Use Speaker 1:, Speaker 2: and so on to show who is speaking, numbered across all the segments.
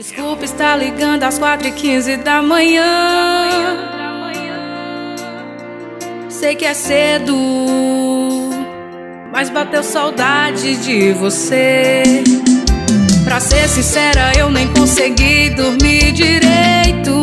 Speaker 1: Desculpa estar ligando às 4h15 da manhã. Sei que é cedo, mas bateu saudade de você. Pra ser sincera, eu nem consegui dormir direito.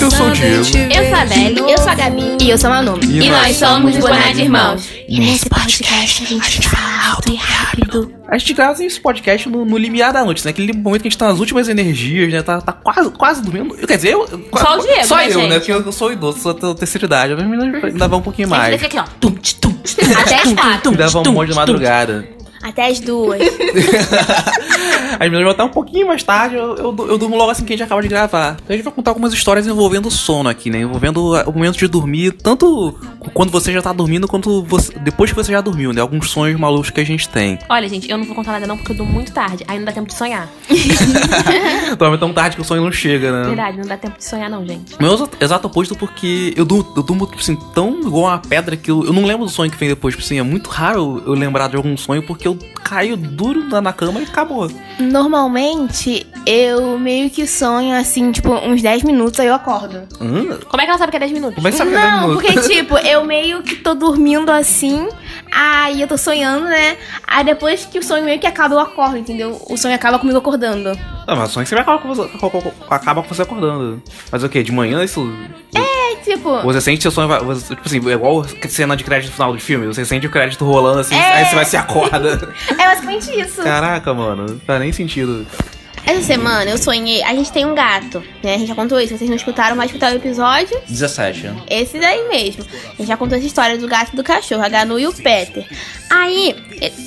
Speaker 2: Eu sou o
Speaker 1: Pensando em
Speaker 2: Diego.
Speaker 1: te
Speaker 3: Eu
Speaker 1: ver
Speaker 3: sou a
Speaker 1: de
Speaker 3: Belle, eu
Speaker 1: novo.
Speaker 3: sou a Gabi e eu sou a Manu.
Speaker 2: E
Speaker 3: E,
Speaker 2: nós
Speaker 3: nós somos os Boná de Irmãos.
Speaker 4: E nesse podcast a gente fala alto e rápido.
Speaker 2: A gente grava esse podcast no, no limiar da noite, né? Aquele momento que a gente tá nas últimas energias, né? Tá, tá quase, quase dormindo. Quer dizer, eu.
Speaker 3: Só o Diego,
Speaker 2: Só
Speaker 3: né,
Speaker 2: eu,
Speaker 3: gente?
Speaker 2: né? Porque eu, eu sou idoso, sou da terceira idade. A menina ainda vai um pouquinho
Speaker 3: A
Speaker 2: mais.
Speaker 3: gente é fica aqui, ó. Tum, tch, tum, tch, tum, Até as quatro.
Speaker 2: Ainda vai um monte de madrugada.
Speaker 4: Até as duas.
Speaker 2: As meninas vão estar um pouquinho mais tarde, eu, eu, du- eu durmo logo assim que a gente acaba de gravar. Então a gente vai contar algumas histórias envolvendo o sono aqui, né? Envolvendo a- o momento de dormir, tanto quando você já tá dormindo, quanto você- depois que você já dormiu, né? Alguns sonhos malucos que a gente tem.
Speaker 3: Olha, gente, eu não vou contar nada não porque eu dou muito tarde. Aí não dá tempo de sonhar.
Speaker 2: Dorme Então, é tão tarde que o sonho não chega, né?
Speaker 3: Verdade, não dá tempo de sonhar não, gente.
Speaker 2: Não é o exa- exato oposto porque eu durmo, eu durmo tipo assim, tão igual uma pedra que eu, eu não lembro do sonho que vem depois. Tipo assim, é muito raro eu lembrar de algum sonho porque eu caio duro na, na cama e acabou.
Speaker 4: Normalmente eu meio que sonho assim, tipo, uns 10 minutos aí eu acordo.
Speaker 2: Hã?
Speaker 3: Como é que ela sabe que é 10 minutos?
Speaker 2: Como é que sabe que é dez
Speaker 4: Não,
Speaker 2: minutos?
Speaker 4: porque tipo, eu meio que tô dormindo assim, aí eu tô sonhando, né? Aí depois que o sonho meio que acaba, eu acordo, entendeu? O sonho acaba comigo acordando.
Speaker 2: Não, mas sonho que você vai acabar com você, com- com- acaba com você acordando. Mas o quê? De manhã isso.
Speaker 4: É tipo.
Speaker 2: Você sente seu sonho. vai- Você, tipo assim, é igual a cena de crédito no final do filme. Você sente o crédito rolando assim,
Speaker 4: É.
Speaker 2: aí você vai se acorda.
Speaker 4: É basicamente isso.
Speaker 2: Caraca, mano, não faz nem sentido.
Speaker 4: Essa semana eu sonhei. A gente tem um gato, né? A gente já contou isso. Vocês não escutaram, mas escutaram o episódio.
Speaker 2: 17.
Speaker 4: Esse daí mesmo. A gente já contou essa história do gato e do cachorro, a Ganu e o Peter. Aí,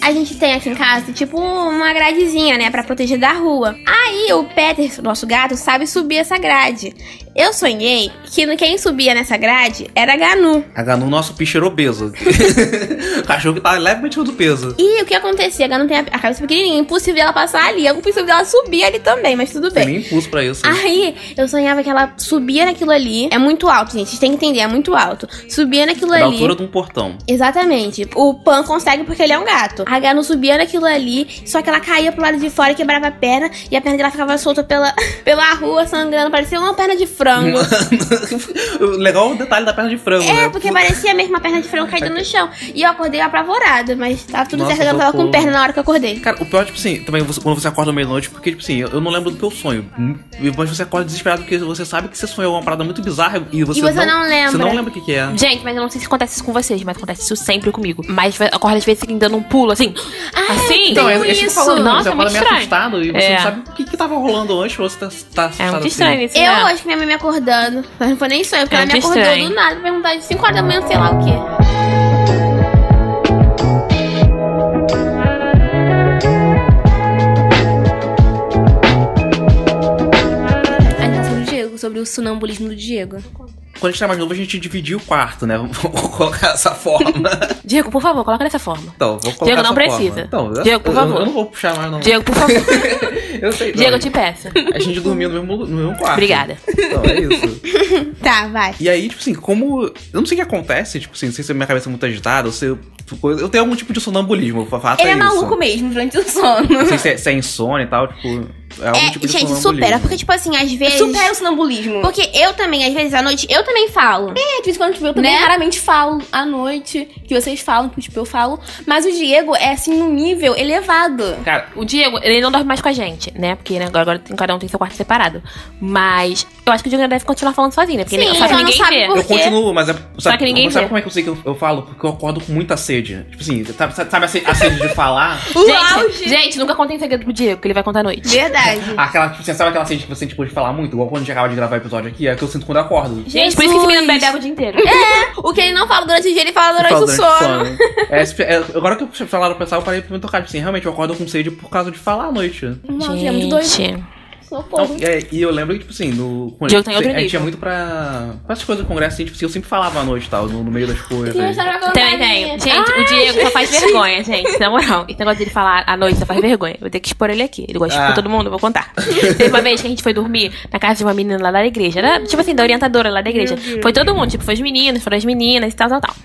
Speaker 4: a gente tem aqui em casa, tipo, uma gradezinha, né? Pra proteger da rua. Aí, o Peter, nosso gato, sabe subir essa grade. Eu sonhei que quem subia nessa grade era a Ganu.
Speaker 2: A Ganu, nosso picheiro obeso. o cachorro que tá levemente do peso.
Speaker 4: E o que acontecia? A Ganu tem a a cabeça pequenininha, impossível ela passar ali. É impossível dela subir ali também, mas tudo
Speaker 2: Tem
Speaker 4: bem.
Speaker 2: nem impulso pra isso. É
Speaker 4: Aí eu sonhava que ela subia naquilo ali. É muito alto, gente. Vocês têm que entender, é muito alto. Subia naquilo
Speaker 2: da
Speaker 4: ali.
Speaker 2: altura de um portão.
Speaker 4: Exatamente. O Pan consegue porque ele é um gato. A Ganu subia naquilo ali, só que ela caía pro lado de fora, quebrava a perna, e a perna dela ficava solta pela, pela rua, sangrando, parecia uma perna de frango.
Speaker 2: Legal o detalhe da perna de frango,
Speaker 4: É,
Speaker 2: né?
Speaker 4: porque parecia mesmo uma perna de frango caída no chão. E eu acordei apavorada, mas tava tudo
Speaker 2: Nossa,
Speaker 4: certo, eu tava
Speaker 2: socorro.
Speaker 4: com perna na hora que eu acordei.
Speaker 2: Cara, o pior, tipo assim, também você- quando você acorda meia-noite, porque, tipo assim, eu, eu não lembro do teu sonho. hum, Mas você acorda desesperado porque você sabe que você sonhou uma parada muito bizarra e você,
Speaker 4: E você não lembra.
Speaker 2: Você não lembra o que, que é.
Speaker 3: Gente, mas eu não sei se acontece isso com vocês, mas acontece isso sempre comigo. Mas vai- ocorre às vezes seguindo dando um pulo, assim. assim?
Speaker 4: Então,
Speaker 2: é- é que eu tô falando, você
Speaker 3: Nossa, é muito
Speaker 2: acorda meio
Speaker 3: estranho.
Speaker 2: assustado e você
Speaker 3: É.
Speaker 2: não sabe o que, que tava rolando antes, você tá, tá assustado
Speaker 3: É muito
Speaker 2: assim.
Speaker 3: estranho isso,
Speaker 4: Eu
Speaker 3: né?
Speaker 4: acho que minha mãe me acordando. Mas não foi nem sonho, porque
Speaker 3: É
Speaker 4: ela me
Speaker 3: muito
Speaker 4: acordou
Speaker 3: estranho.
Speaker 4: do nada, pra perguntar de 5 horas da manhã, sei lá o quê. Ainda sobre o Diego, sobre o sonambulismo do Diego.
Speaker 2: Quando a gente era mais novo, a gente dividia o quarto, né? Vou colocar dessa forma.
Speaker 3: Diego, por favor, coloca dessa forma.
Speaker 2: Então, vou colocar
Speaker 3: Diego,
Speaker 2: dessa
Speaker 3: não
Speaker 2: forma.
Speaker 3: precisa.
Speaker 2: Então, eu-
Speaker 3: Diego, por
Speaker 2: eu-
Speaker 3: favor.
Speaker 2: Eu não vou puxar mais, não.
Speaker 3: Diego, por favor.
Speaker 2: Eu sei. não.
Speaker 3: Diego, eu te peço.
Speaker 2: A gente dormia no mesmo, no mesmo quarto.
Speaker 3: Obrigada.
Speaker 2: Então, é isso.
Speaker 4: Tá, vai.
Speaker 2: E aí, tipo assim, como. Eu não sei o que acontece, tipo assim, não sei se a minha cabeça é muito agitada, ou se eu. coisa- Eu tenho algum tipo de sonambulismo, o fato
Speaker 4: Ele
Speaker 2: é
Speaker 4: é
Speaker 2: isso.
Speaker 4: maluco mesmo durante o sono.
Speaker 2: Não sei se é, se é insônia e tal, tipo. É algum
Speaker 4: É,
Speaker 2: tipo de
Speaker 4: gente,
Speaker 2: sonambulismo.
Speaker 4: supera. Porque, tipo assim, às vezes.
Speaker 5: Supera o sonambulismo.
Speaker 4: Porque eu também, às vezes à noite, eu também falo.
Speaker 5: É, de vez em quando, tipo, eu também
Speaker 4: Né?
Speaker 5: raramente falo à noite, que vocês falam, que, tipo, eu falo. Mas o Diego é, assim, num nível elevado.
Speaker 2: Cara,
Speaker 3: O Diego, ele não dorme mais com a gente, né? Porque né, agora, agora tem- cada um tem seu quarto separado. Mas eu acho que o Diego ainda deve continuar falando sozinho, né? Porque
Speaker 4: Sim,
Speaker 3: nem- só
Speaker 4: ela
Speaker 3: que
Speaker 4: não
Speaker 3: ninguém
Speaker 4: sabe
Speaker 3: vê.
Speaker 4: por-
Speaker 2: eu
Speaker 4: quê?
Speaker 2: continuo, mas é. Sabe,
Speaker 3: que ninguém
Speaker 2: sabe
Speaker 3: vê.
Speaker 2: como é que eu sei que eu, eu falo? Porque eu acordo com muita sede. Tipo assim, sabe, sabe a se- a sede de falar?
Speaker 3: Gente, gente, nunca contem segredo pro Diego, que ele vai contar à noite.
Speaker 4: Verdade.
Speaker 2: Aquela, tipo, você sabe aquela sede que você sente depois de falar muito? Igual quando a gente acaba de gravar o episódio aqui, é que eu sinto quando eu acordo.
Speaker 3: Gente, por isso que esse menino bebe água o dia inteiro.
Speaker 4: O que ele não fala durante o dia, ele fala durante,
Speaker 2: Fala
Speaker 4: o sono.
Speaker 2: sono. É, esse- é, agora que eu falaram pra pensar, eu parei pra me tocar. Tipo assim, realmente eu acordo com sede por causa de falar à noite.
Speaker 5: Nossa, ele é muito doido. Socorro.
Speaker 2: Não, é, e eu lembro que, tipo assim, no. com-
Speaker 3: Diogo tá em outro
Speaker 2: a gente
Speaker 3: nível.
Speaker 2: ia muito pra. pra essas coisas do congresso, assim, tipo assim, eu sempre falava à noite e tal, no, no meio das coisas.
Speaker 5: Tem uma história pra contar,
Speaker 3: Tem,
Speaker 5: né?
Speaker 3: tem. Gente, o Diego só faz vergonha, gente. Na moral, esse negócio dele falar à noite só faz vergonha. Vou ter que expor ele aqui. Ele gosta de
Speaker 2: Ah.
Speaker 3: expor todo mundo, eu vou contar. Teve uma vez que a gente foi dormir na casa de uma menina né? lá da igreja. Era, tipo assim, da orientadora lá da igreja. Foi todo mundo, tipo, foi os meninos, foram as meninas e tal, tal, tal.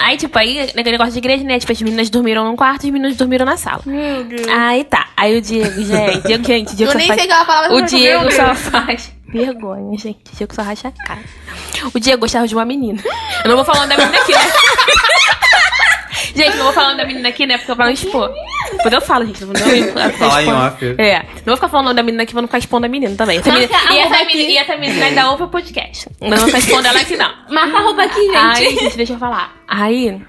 Speaker 3: Aí, tipo, aí, naquele negócio de igreja, né? Tipo, as meninas dormiram num quarto e os meninos dormiram na sala.
Speaker 4: Meu Deus.
Speaker 3: Aí tá. Aí o Diego, gente. Diego, gente, Diego
Speaker 4: Eu
Speaker 3: só
Speaker 4: nem
Speaker 3: faz...
Speaker 4: sei aquela palavra
Speaker 3: O
Speaker 4: mas eu-
Speaker 3: Diego
Speaker 4: meu
Speaker 3: só
Speaker 4: Deus.
Speaker 3: faz vergonha, gente. O Diego só racha a cara. O Diego gostava de uma menina. Eu não vou falando da menina aqui, né? gente, não vou falando da menina aqui, né? Porque eu vou expor. Depois eu falo, gente. Não vou não,
Speaker 2: Falar em off.
Speaker 3: É. Não vou ficar falando o nome da menina aqui, vou não ficar expondo a menina também. Essa menina-
Speaker 5: Marca a
Speaker 3: e, essa
Speaker 5: roupa
Speaker 3: menina,
Speaker 5: aqui.
Speaker 3: e essa menina ainda ouve o podcast. Não vou ficar expondo ela aqui, não.
Speaker 5: Marca a roupa aqui, gente.
Speaker 3: Aí, gente, deixa eu falar. Aí,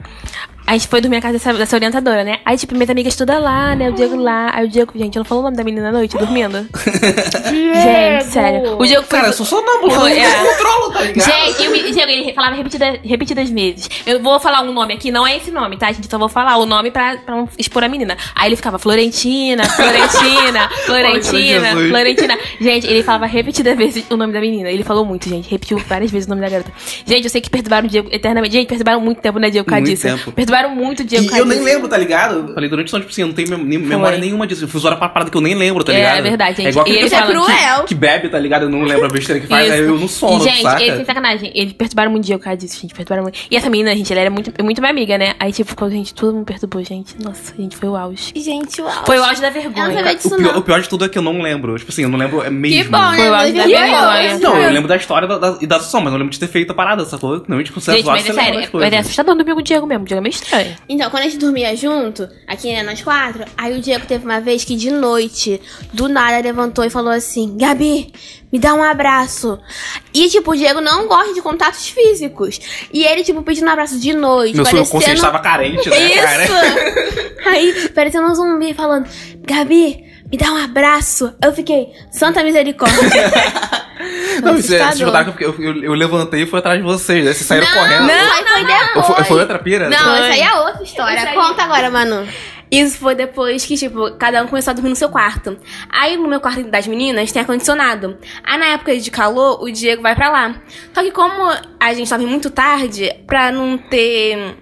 Speaker 3: a gente foi dormir na casa dessa, dessa orientadora, né? Aí, tipo, minhas amigas todas lá, né? O Diego lá. Aí o Diego, gente, eu não falo o nome da menina à noite, dormindo. gente, sério. O Diego foi.
Speaker 2: Cara, eu sou sonâmbulo, eu
Speaker 3: Foi, é.
Speaker 2: não controlo, tá ligado?
Speaker 3: Gente, eu, me- Diego, ele falava repetida- repetidas vezes. Eu vou falar um nome aqui, não é esse nome, tá? Gente, só vou falar o nome pra, pra não expor a menina. Aí ele ficava Florentina, Florentina, Florentina,
Speaker 2: Ai, Jesus.
Speaker 3: Florentina. Gente, ele falava repetidas vezes o nome da menina. Ele falou muito, gente. Repetiu várias vezes o nome da garota. Gente, eu sei que perturbaram o Diego eternamente. Gente, perturbaram muito tempo, né, Diego
Speaker 2: Muito
Speaker 3: Cadiz?
Speaker 2: tempo.
Speaker 3: Perturbaram muito o Diego
Speaker 2: E eu nem
Speaker 3: Cadiz.
Speaker 2: lembro, tá ligado? Eu Falei durante o sono, tipo assim, eu não tenho mem- nem- memória nenhuma disso. Eu fiz hora pra parada que eu nem lembro, tá
Speaker 3: É,
Speaker 2: ligado?
Speaker 3: é verdade, gente.
Speaker 2: É igual
Speaker 3: E
Speaker 2: aquele
Speaker 3: ele
Speaker 2: cara
Speaker 4: falando-
Speaker 2: que, que bebe, tá ligado? Eu não lembro a besteira que faz,
Speaker 3: Isso.
Speaker 2: aí eu não sono,
Speaker 3: Gente,
Speaker 2: saca?
Speaker 3: ele, tá sem sacanagem. Eles perturbaram muito o Diego, cara disso, gente. Perturbaram muito. E essa menina, gente, ela era muito, muito minha amiga, né? Aí, tipo, quando a gente, todo mundo perturbou, gente. Nossa, gente, foi o auge.
Speaker 5: Gente, uau.
Speaker 3: Foi o auge da
Speaker 4: Eu não
Speaker 3: vergonha.
Speaker 4: sabia
Speaker 2: o,
Speaker 4: disso,
Speaker 2: pior,
Speaker 4: não.
Speaker 2: o pior de tudo é que eu não lembro. Tipo assim, eu não lembro é mesmo.
Speaker 4: Que bom,
Speaker 3: Foi
Speaker 4: né?
Speaker 3: o
Speaker 4: Mas
Speaker 3: auge da
Speaker 4: que
Speaker 3: vergonha.
Speaker 4: bom.
Speaker 2: Não, eu lembro da história da, da, e da sessão, mas eu não lembro de ter feito a parada, sacou? Normalmente com o
Speaker 3: Gente,
Speaker 2: César
Speaker 3: mas
Speaker 2: você
Speaker 3: é
Speaker 2: lembra
Speaker 3: sério.
Speaker 2: das
Speaker 3: Mas é
Speaker 2: coisas.
Speaker 3: assustador dormir com o Diego mesmo. O Diego é meio estranho.
Speaker 4: Então, quando a gente dormia junto, aqui, né, nós quatro, aí o Diego teve uma vez que de noite, do nada, levantou e falou assim: Gabi, me dá um abraço. E, tipo, o Diego não gosta de contatos físicos. E ele, tipo, pedindo um abraço de noite,
Speaker 2: Meu subconsciente
Speaker 4: parecendo.
Speaker 2: estava carente, né, cara?
Speaker 4: Isso! Aí, parecendo um zumbi falando: Gabi, me dá um abraço. Eu fiquei, Santa Misericórdia.
Speaker 2: Não, isso é, vocês
Speaker 4: Assustador.
Speaker 2: contaram que eu, eu, eu levantei e fui atrás de vocês, né? Vocês saíram
Speaker 4: Não,
Speaker 2: correndo.
Speaker 4: não, aí foi
Speaker 3: é
Speaker 2: Eu fui-
Speaker 4: depois.
Speaker 2: Foi outra pira?
Speaker 4: Não,
Speaker 5: Foi.
Speaker 4: essa aí é outra história.
Speaker 5: Isso aí-
Speaker 4: Conta agora, Manu.
Speaker 5: Isso foi depois que, tipo, cada um começou a dormir no seu quarto. Aí no meu quarto das meninas tem ar-condicionado. Aí na época de calor, o Diego vai pra lá. Só que como a gente dorme muito tarde, pra não ter.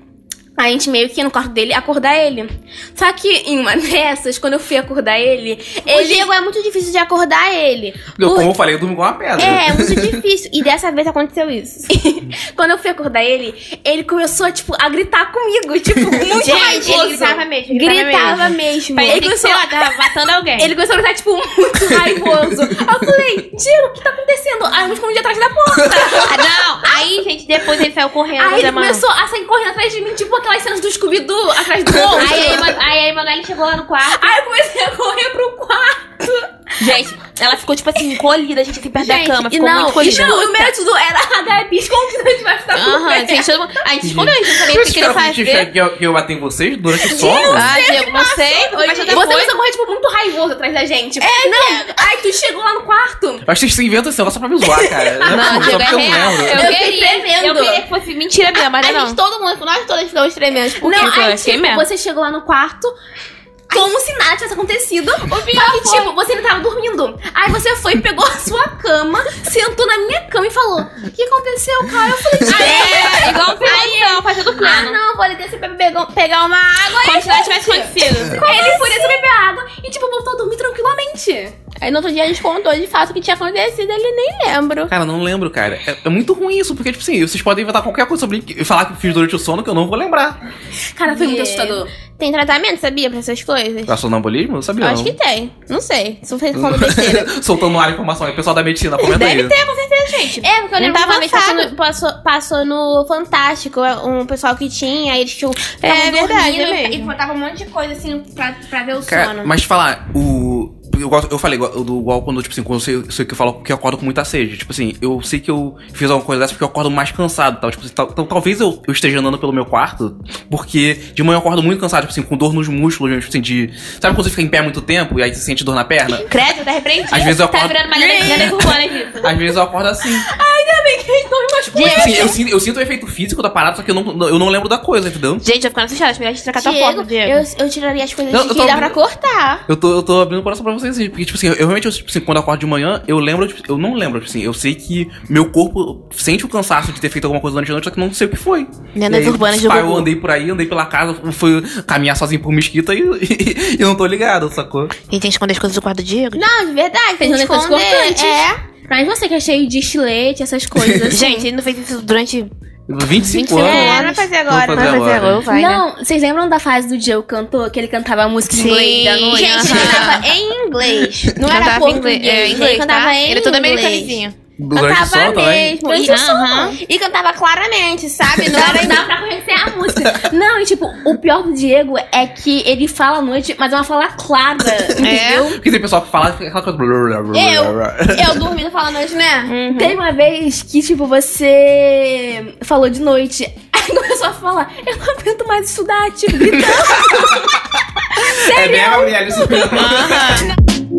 Speaker 5: A gente meio que ia no quarto dele acordar ele. Só que em uma dessas, quando eu fui acordar ele,
Speaker 4: O
Speaker 5: ele.
Speaker 4: Diego é muito difícil de acordar ele.
Speaker 2: Eu,
Speaker 4: Por-
Speaker 2: como eu falei, eu durmo igual uma pedra.
Speaker 4: É, é muito difícil. E dessa vez aconteceu isso.
Speaker 5: Quando eu fui acordar ele, ele começou, tipo, a gritar comigo. Tipo, muito
Speaker 4: Gente,
Speaker 5: raivoso.
Speaker 4: ele gritava mesmo. ele
Speaker 5: Gritava
Speaker 4: Gritava
Speaker 5: mesmo.
Speaker 4: mesmo.
Speaker 5: Ele começou a
Speaker 3: tá
Speaker 4: tava matando alguém.
Speaker 5: Ele começou a gritar, tipo, muito raivoso. Aí eu falei, Diego, o que tá acontecendo? Aí eu me escondi atrás da porta.
Speaker 4: Ah, não, aí, gente, depois ele saiu correndo.
Speaker 5: Aí ele
Speaker 4: né, mano?
Speaker 5: começou a sair correndo atrás de mim, tipo aquelas cenas do Scooby-Doo atrás do outro.
Speaker 4: Aí, aí, mano, aí a Emanuele chegou lá no quarto.
Speaker 5: Aí eu comecei a correr pro quarto.
Speaker 3: Gente, ela ficou, tipo assim, encolhida, gente, assim, perto da
Speaker 4: Gente,
Speaker 3: cama.
Speaker 4: e
Speaker 3: Ficou
Speaker 4: não,
Speaker 3: muito
Speaker 5: E
Speaker 3: colhida.
Speaker 5: não, o melhor de tudo era a Gabi escondida debaixo da
Speaker 3: Aham,
Speaker 5: cama.
Speaker 3: gente, todo mundo- a gente escondeu, a gente não sabia o que
Speaker 2: Vocês
Speaker 3: queria
Speaker 2: ficaram fingindo
Speaker 3: fazer.
Speaker 2: que eu, que eu bati em vocês durante o sono?
Speaker 3: Ah, Diego, não sei.
Speaker 5: Oi,
Speaker 3: mas
Speaker 5: Você
Speaker 3: outra coisa-
Speaker 5: começou a correr, tipo, muito raivoso atrás da gente. É, não. Aí tu chegou lá no quarto.
Speaker 2: Eu acho que vocês inventam esse negócio só pra me zoar, cara. só
Speaker 3: Não, Diego, é
Speaker 2: porque eu não
Speaker 3: real.
Speaker 2: lembro.
Speaker 3: Eu
Speaker 5: Eu fiquei
Speaker 3: queria, eu
Speaker 5: tremendo.
Speaker 3: queria que fosse mentira mesmo, mas
Speaker 4: A
Speaker 3: não é não.
Speaker 4: gente, todo mundo, nós todas ficamos tremendo. Tipo,
Speaker 5: não,
Speaker 3: que eu
Speaker 5: aí,
Speaker 3: achei
Speaker 5: tipo,
Speaker 3: mesmo.
Speaker 5: você chegou lá no quarto. Como se nada tivesse acontecido. O
Speaker 3: pior
Speaker 5: que,
Speaker 3: foi-
Speaker 5: tipo, você ainda tava dormindo. Aí você foi, pegou a sua cama, sentou na minha cama e falou: O que aconteceu, cara? Eu falei: "Ah,
Speaker 3: É, igual um pilotão, fazendo
Speaker 4: ah,
Speaker 3: plano.
Speaker 4: não, vou descer pra pegar pegar uma água.
Speaker 3: Como se nada tivesse acontecido.
Speaker 5: Ele foi dentro beber água e, tipo, voltou a dormir tranquilamente.
Speaker 4: Aí no outro dia a gente contou de fato o que tinha acontecido, ele nem lembro.
Speaker 2: Cara, não lembro, cara. É, é muito ruim isso, porque, tipo assim, vocês podem inventar qualquer coisa sobre mim e falar que eu fiz durante o sono que eu não vou lembrar.
Speaker 5: Cara, foi muito
Speaker 4: É.
Speaker 5: assustador.
Speaker 4: Tem tratamento, sabia, pra essas coisas?
Speaker 2: Pra É sonambulismo? Eu sabia
Speaker 4: Eu
Speaker 2: não.
Speaker 4: acho que tem. Não sei. Se vocês falando besteira.
Speaker 2: Soltando no ar a informação aí, pessoal tá da medicina, comenta aí.
Speaker 4: com certeza, gente. É, porque eu lembro
Speaker 5: Não tá
Speaker 4: que uma vez passou
Speaker 5: avançado.
Speaker 4: no, passou, passou no Fantástico, um pessoal que tinha, aí eles tinham.
Speaker 5: É verdade, é
Speaker 4: e-
Speaker 5: mesmo.
Speaker 4: E contava um monte de coisa assim pra, pra ver o
Speaker 2: Cara,
Speaker 4: sono.
Speaker 2: mas te falar, o. Eu, gosto- eu falei igual, eu dou igual quando, tipo assim, quando eu sei, eu sei que eu falo que eu acordo com muita sede. Tipo assim, eu sei que eu fiz alguma coisa dessa porque eu acordo mais cansado e tal. Tipo assim, tal- então talvez eu, eu esteja andando pelo meu quarto, porque de manhã eu acordo muito cansado, tipo assim, com dor nos músculos, tipo assim, de. Sabe quando você fica em pé muito tempo e aí você sente dor na perna?
Speaker 4: Credo, tá repreendido.
Speaker 2: Às vezes eu
Speaker 3: Tá
Speaker 2: acordo.
Speaker 3: virando uma lenda- lenda urbana aqui.
Speaker 2: Às vezes eu acordo assim. Mas, tipo assim, eu, sinto, eu sinto o efeito físico da parada, só que eu não, eu não lembro da coisa, entendeu?
Speaker 3: Gente, eu ficando assustada. Acho melhor a gente trocar tua porta,
Speaker 4: Diego,
Speaker 3: Diego.
Speaker 4: eu, eu tiraria as coisas
Speaker 2: Não,
Speaker 4: de
Speaker 2: eu
Speaker 4: que
Speaker 2: tô
Speaker 4: dá pra
Speaker 2: abrindo-
Speaker 4: cortar.
Speaker 2: Eu tô, eu tô abrindo o coração pra vocês, assim, porque, tipo assim, eu realmente, eu, tipo assim, quando eu acordo de manhã, eu lembro, tipo, eu não lembro, tipo assim, eu sei que meu corpo sente o cansaço de ter feito alguma coisa durante a noite, só que eu não sei o que foi.
Speaker 4: É,
Speaker 3: Lendas
Speaker 2: E aí,
Speaker 3: urbanas do
Speaker 2: pá, Eu
Speaker 3: Gugu.
Speaker 2: andei por aí, andei pela casa, fui caminhar sozinho por mesquita e, e, não tô ligado, sacou?
Speaker 3: A gente tem que esconder as coisas do quarto do Diego.
Speaker 4: Não, Ah, de verdade, tem
Speaker 5: Fez
Speaker 4: que
Speaker 5: um negócio
Speaker 4: esconder.
Speaker 5: cortante.
Speaker 4: É.
Speaker 5: Mas você que é cheio de estilete, essas coisas.
Speaker 3: Gente, ele não fez isso durante é,
Speaker 2: 25, 25 anos.
Speaker 4: É, não vai fazer agora.
Speaker 2: Vamos
Speaker 4: né?
Speaker 2: fazer agora.
Speaker 5: Vai, não, vocês lembram da fase do Diego cantor? Que ele cantava a música em inglês da noite?
Speaker 4: Gente, ele cantava em inglês. Não
Speaker 6: Cantava
Speaker 4: era
Speaker 6: em
Speaker 4: português.
Speaker 6: inglês, é, em
Speaker 4: ele
Speaker 6: inglês,
Speaker 4: cantava
Speaker 6: tá?
Speaker 4: em
Speaker 6: Ele é todo
Speaker 4: inglês.
Speaker 6: americanizinho.
Speaker 2: Do Grande do
Speaker 4: Cantava
Speaker 2: Sol também.
Speaker 4: mesmo. E, aham. e cantava claramente, sabe? Não era
Speaker 5: Não dá pra conhecer a música. Não, e tipo, o pior do Diego é que ele fala à noite, mas é uma fala clara.
Speaker 4: É.
Speaker 5: Entendeu?
Speaker 2: Porque tem pessoal que fala fica aquela coisa. Eu.
Speaker 4: eu dormindo falando hoje, né?
Speaker 5: Teve uma vez que, tipo, você falou de noite. Aí começou a falar, eu não aguento mais estudar, tipo, gritando.
Speaker 2: É bem a mulher isso.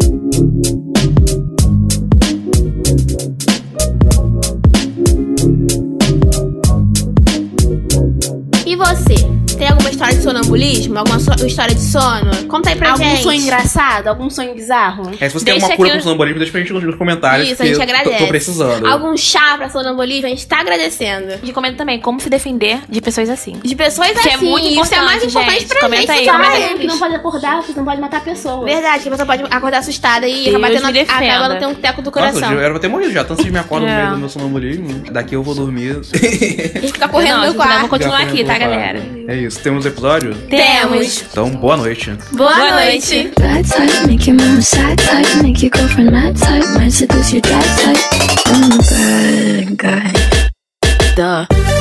Speaker 4: E você? Tem alguma história de sonambulismo? Alguma so- história de sono? Conta aí pra
Speaker 5: algum
Speaker 4: gente.
Speaker 5: sonho engraçado, algum sonho bizarro.
Speaker 2: É, se você tem
Speaker 4: Deixa
Speaker 2: alguma cura
Speaker 4: aqui
Speaker 2: pro
Speaker 4: no-
Speaker 2: sonambulismo, deixa pra gente nos comentários.
Speaker 4: Isso, a gente
Speaker 2: porque eu tô-
Speaker 4: agradece.
Speaker 2: Tô precisando.
Speaker 4: Algum chá pra sonambulismo? A gente tá agradecendo.
Speaker 6: E comenta também como se defender de pessoas assim.
Speaker 4: De pessoas
Speaker 6: Isso é
Speaker 4: assim,
Speaker 6: muito
Speaker 4: isso é
Speaker 6: importante,
Speaker 4: mais importante
Speaker 6: gente.
Speaker 4: pra
Speaker 6: Comenta
Speaker 4: gente.
Speaker 6: aí,
Speaker 4: sabe?
Speaker 6: comenta
Speaker 5: Que não pode acordar, que não pode matar pessoas.
Speaker 4: Verdade, que você pode acordar assustada e
Speaker 6: Deus
Speaker 4: acabar
Speaker 6: me
Speaker 4: tendo,
Speaker 6: defenda.
Speaker 4: acaba não tendo um teco do
Speaker 2: Nossa,
Speaker 4: coração.
Speaker 2: eu era pra ter morrido já. Tanto vocês me acordam no
Speaker 6: É.
Speaker 2: meio do meu sonambulismo. Daqui eu vou dormir.
Speaker 4: a gente fica correndo
Speaker 6: Não,
Speaker 4: no
Speaker 6: gente, não, vou
Speaker 4: quarto.
Speaker 6: continuar
Speaker 2: Já
Speaker 6: aqui, tá,
Speaker 2: comenta no
Speaker 6: galera?
Speaker 2: quarto. É isso. Temos episódio?
Speaker 4: Temos.
Speaker 2: Então, boa noite.
Speaker 4: Boa,
Speaker 6: Boa
Speaker 4: noite.
Speaker 6: noite.
Speaker 7: Bad type, make your mama sad type, make your girlfriend mad type, might seduce your dad type. I'm a bad guy.
Speaker 6: Duh.